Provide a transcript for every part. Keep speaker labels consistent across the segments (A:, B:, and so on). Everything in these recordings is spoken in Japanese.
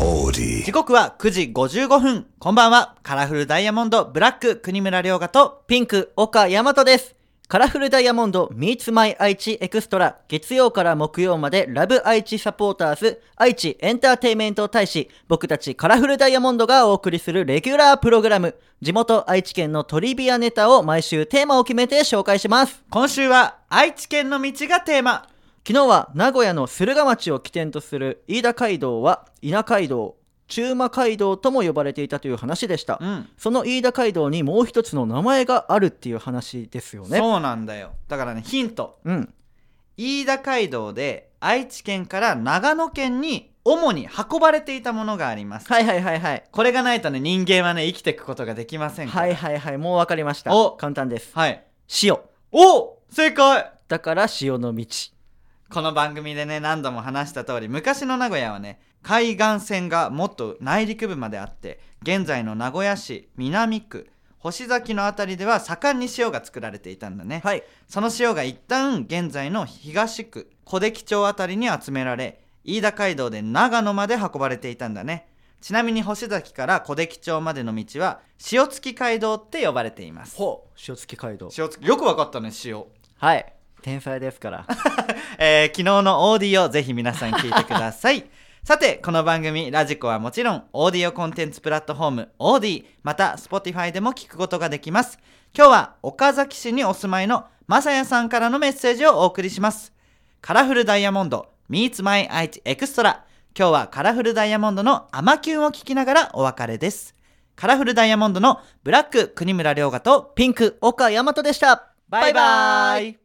A: オーディ
B: 時刻は9時55分。こんばんは。カラフルダイヤモンド、ブラック、国村良賀と、
C: ピンク、岡、大和です。カラフルダイヤモンド、Meets My 愛知エクストラ、月曜から木曜まで、ラブ愛知サポーターズ、愛知エンターテイメント大使、僕たちカラフルダイヤモンドがお送りするレギュラープログラム、地元愛知県のトリビアネタを毎週テーマを決めて紹介します。
B: 今週は愛知県の道がテーマ。
C: 昨日は名古屋の駿河町を起点とする飯田街道は稲街道、中馬街道とも呼ばれていたという話でした。
B: うん。
C: その飯田街道にもう一つの名前があるっていう話ですよね。
B: そうなんだよ。だからね、ヒント。
C: うん。
B: 飯田街道で愛知県から長野県に主に運ばれていたものがあります。
C: はいはいはいはい。
B: これがないとね、人間はね、生きていくことができませんから。
C: はいはいはい。もうわかりました。
B: お
C: 簡単です。
B: はい。
C: 塩。
B: お正解
C: だから塩の道。
B: この番組でね何度も話した通り昔の名古屋はね海岸線がもっと内陸部まであって現在の名古屋市南区星崎の辺りでは盛んに塩が作られていたんだね、
C: はい。
B: その塩が一旦現在の東区小出木町辺りに集められ飯田街道で長野まで運ばれていたんだねちなみに星崎から小出木町までの道は塩付き街道って呼ばれています
C: ほう。塩付き街道。
B: 塩付きよくわかったね塩
C: はい。天才ですから。
B: えー昨日のオーディオぜひ皆さん聞いてくださいさてこの番組ラジコはもちろんオーディオコンテンツプラットフォームオーディまた Spotify でも聞くことができます今日は岡崎市にお住まいのまさやさんからのメッセージをお送りしますカラフルダイヤモンド Meets My 愛知エクストラ今日はカラフルダイヤモンドのアマキュンを 聞きながらお別れですカラフルダイヤモンドのブラック国村良賀と
C: ピンク、岡大和でした。
B: バイバ
C: バ
B: イ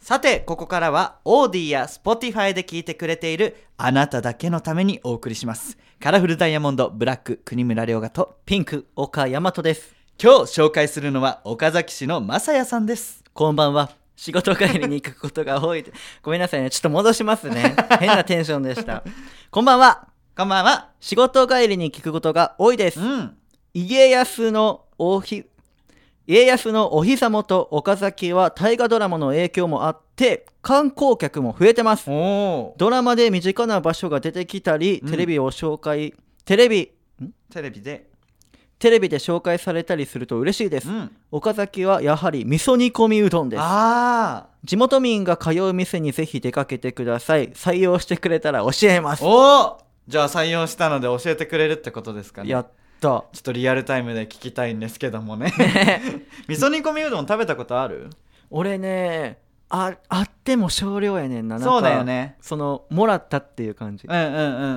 B: さて、ここからは、オーディや Spotify で聞いてくれているあなただけのためにお送りします。カラフルダイヤモンド、ブラック、国村良賀と、
C: ピンク、岡大和です。
B: 今日紹介するのは岡崎市のまさやさんです。
C: こんばんは。仕事帰りに行くことが多いで。ごめんなさいね。ちょっと戻しますね。 変なテンションでした。こんばんは。
B: こんばんは。
C: 仕事帰りに聞くことが多いです
B: う。ん。
C: 家康のおひ家康のお膝元岡崎は大河ドラマの影響もあって観光客も増えてます
B: おお。
C: ドラマで身近な場所が出てきたり
B: うん
C: テレビを紹介、テレビ
B: テレビで。
C: テレビで紹介されたりすると嬉しいです、
B: うん。
C: 岡崎はやはり味噌煮込みうどんです
B: あ
C: 地元民が通う店にぜひ出かけてください採用してくれたら教えま
B: あ。
C: す
B: おお。じゃあ採用したので教えてくれるってことですかね。
C: やった
B: ちょっとリアルタイムで聞きたいんですけどもね。 味噌煮込みうどん食べたことある
C: 俺ねああっても少量やねんななんか
B: そうだよね。
C: そのもらったっていう感じ
B: うんうんうんうんう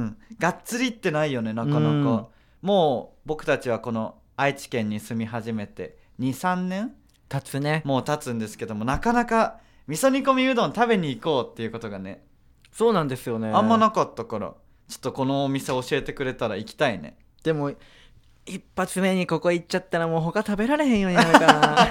B: んがっつりってないよねなかなか、
C: うん
B: もう僕たちはこの愛知県に住み始めて23年
C: 立つね
B: もう経つんですけどもなかなか味噌煮込みうどん食べに行こうっていうことがね、
C: そうなんですよね
B: あんまなかったからちょっとこのお店教えてくれたら行きたいね
C: でも一発目にここ行っちゃったらもう他食べられへんようになるか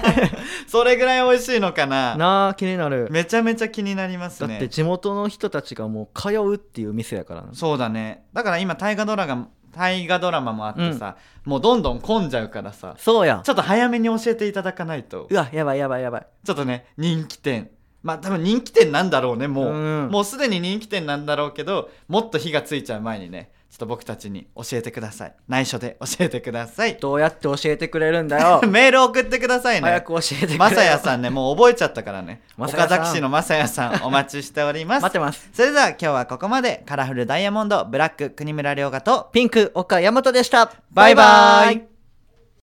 B: それぐらい美味しいのかな
C: ななあ気になる
B: めちゃめちゃ気になります
C: だっ
B: ね
C: て地元の人たちがもう通うっていう店やからな
B: そうだねだから今大河ドラマ大河ドラマもあってさ、もうどんどん混んじゃうからさ
C: そうや
B: ちょっと早めに教えていただかないと
C: うわやばいやばいやばい
B: ちょっとね人気店まあ多分人気店なんだろうねもう、
C: うん
B: もうすでに人気店なんだろうけどもっと火がついちゃう前にねちょっと僕たちに教えてください内緒で教えてください
C: どうやって教えてくれるんだ よ
B: メール送ってください
C: 早
B: ね
C: く教えてくれよ
B: まさやさんねもう覚えちゃったからね
C: まさや
B: 岡
C: さん
B: 崎市のまさやさんお待ちしております
C: 待ってます
B: それでは今日はここまでカラフルダイヤモンドブラック国村良賀と
C: ピンク岡大和でした
B: バイバイ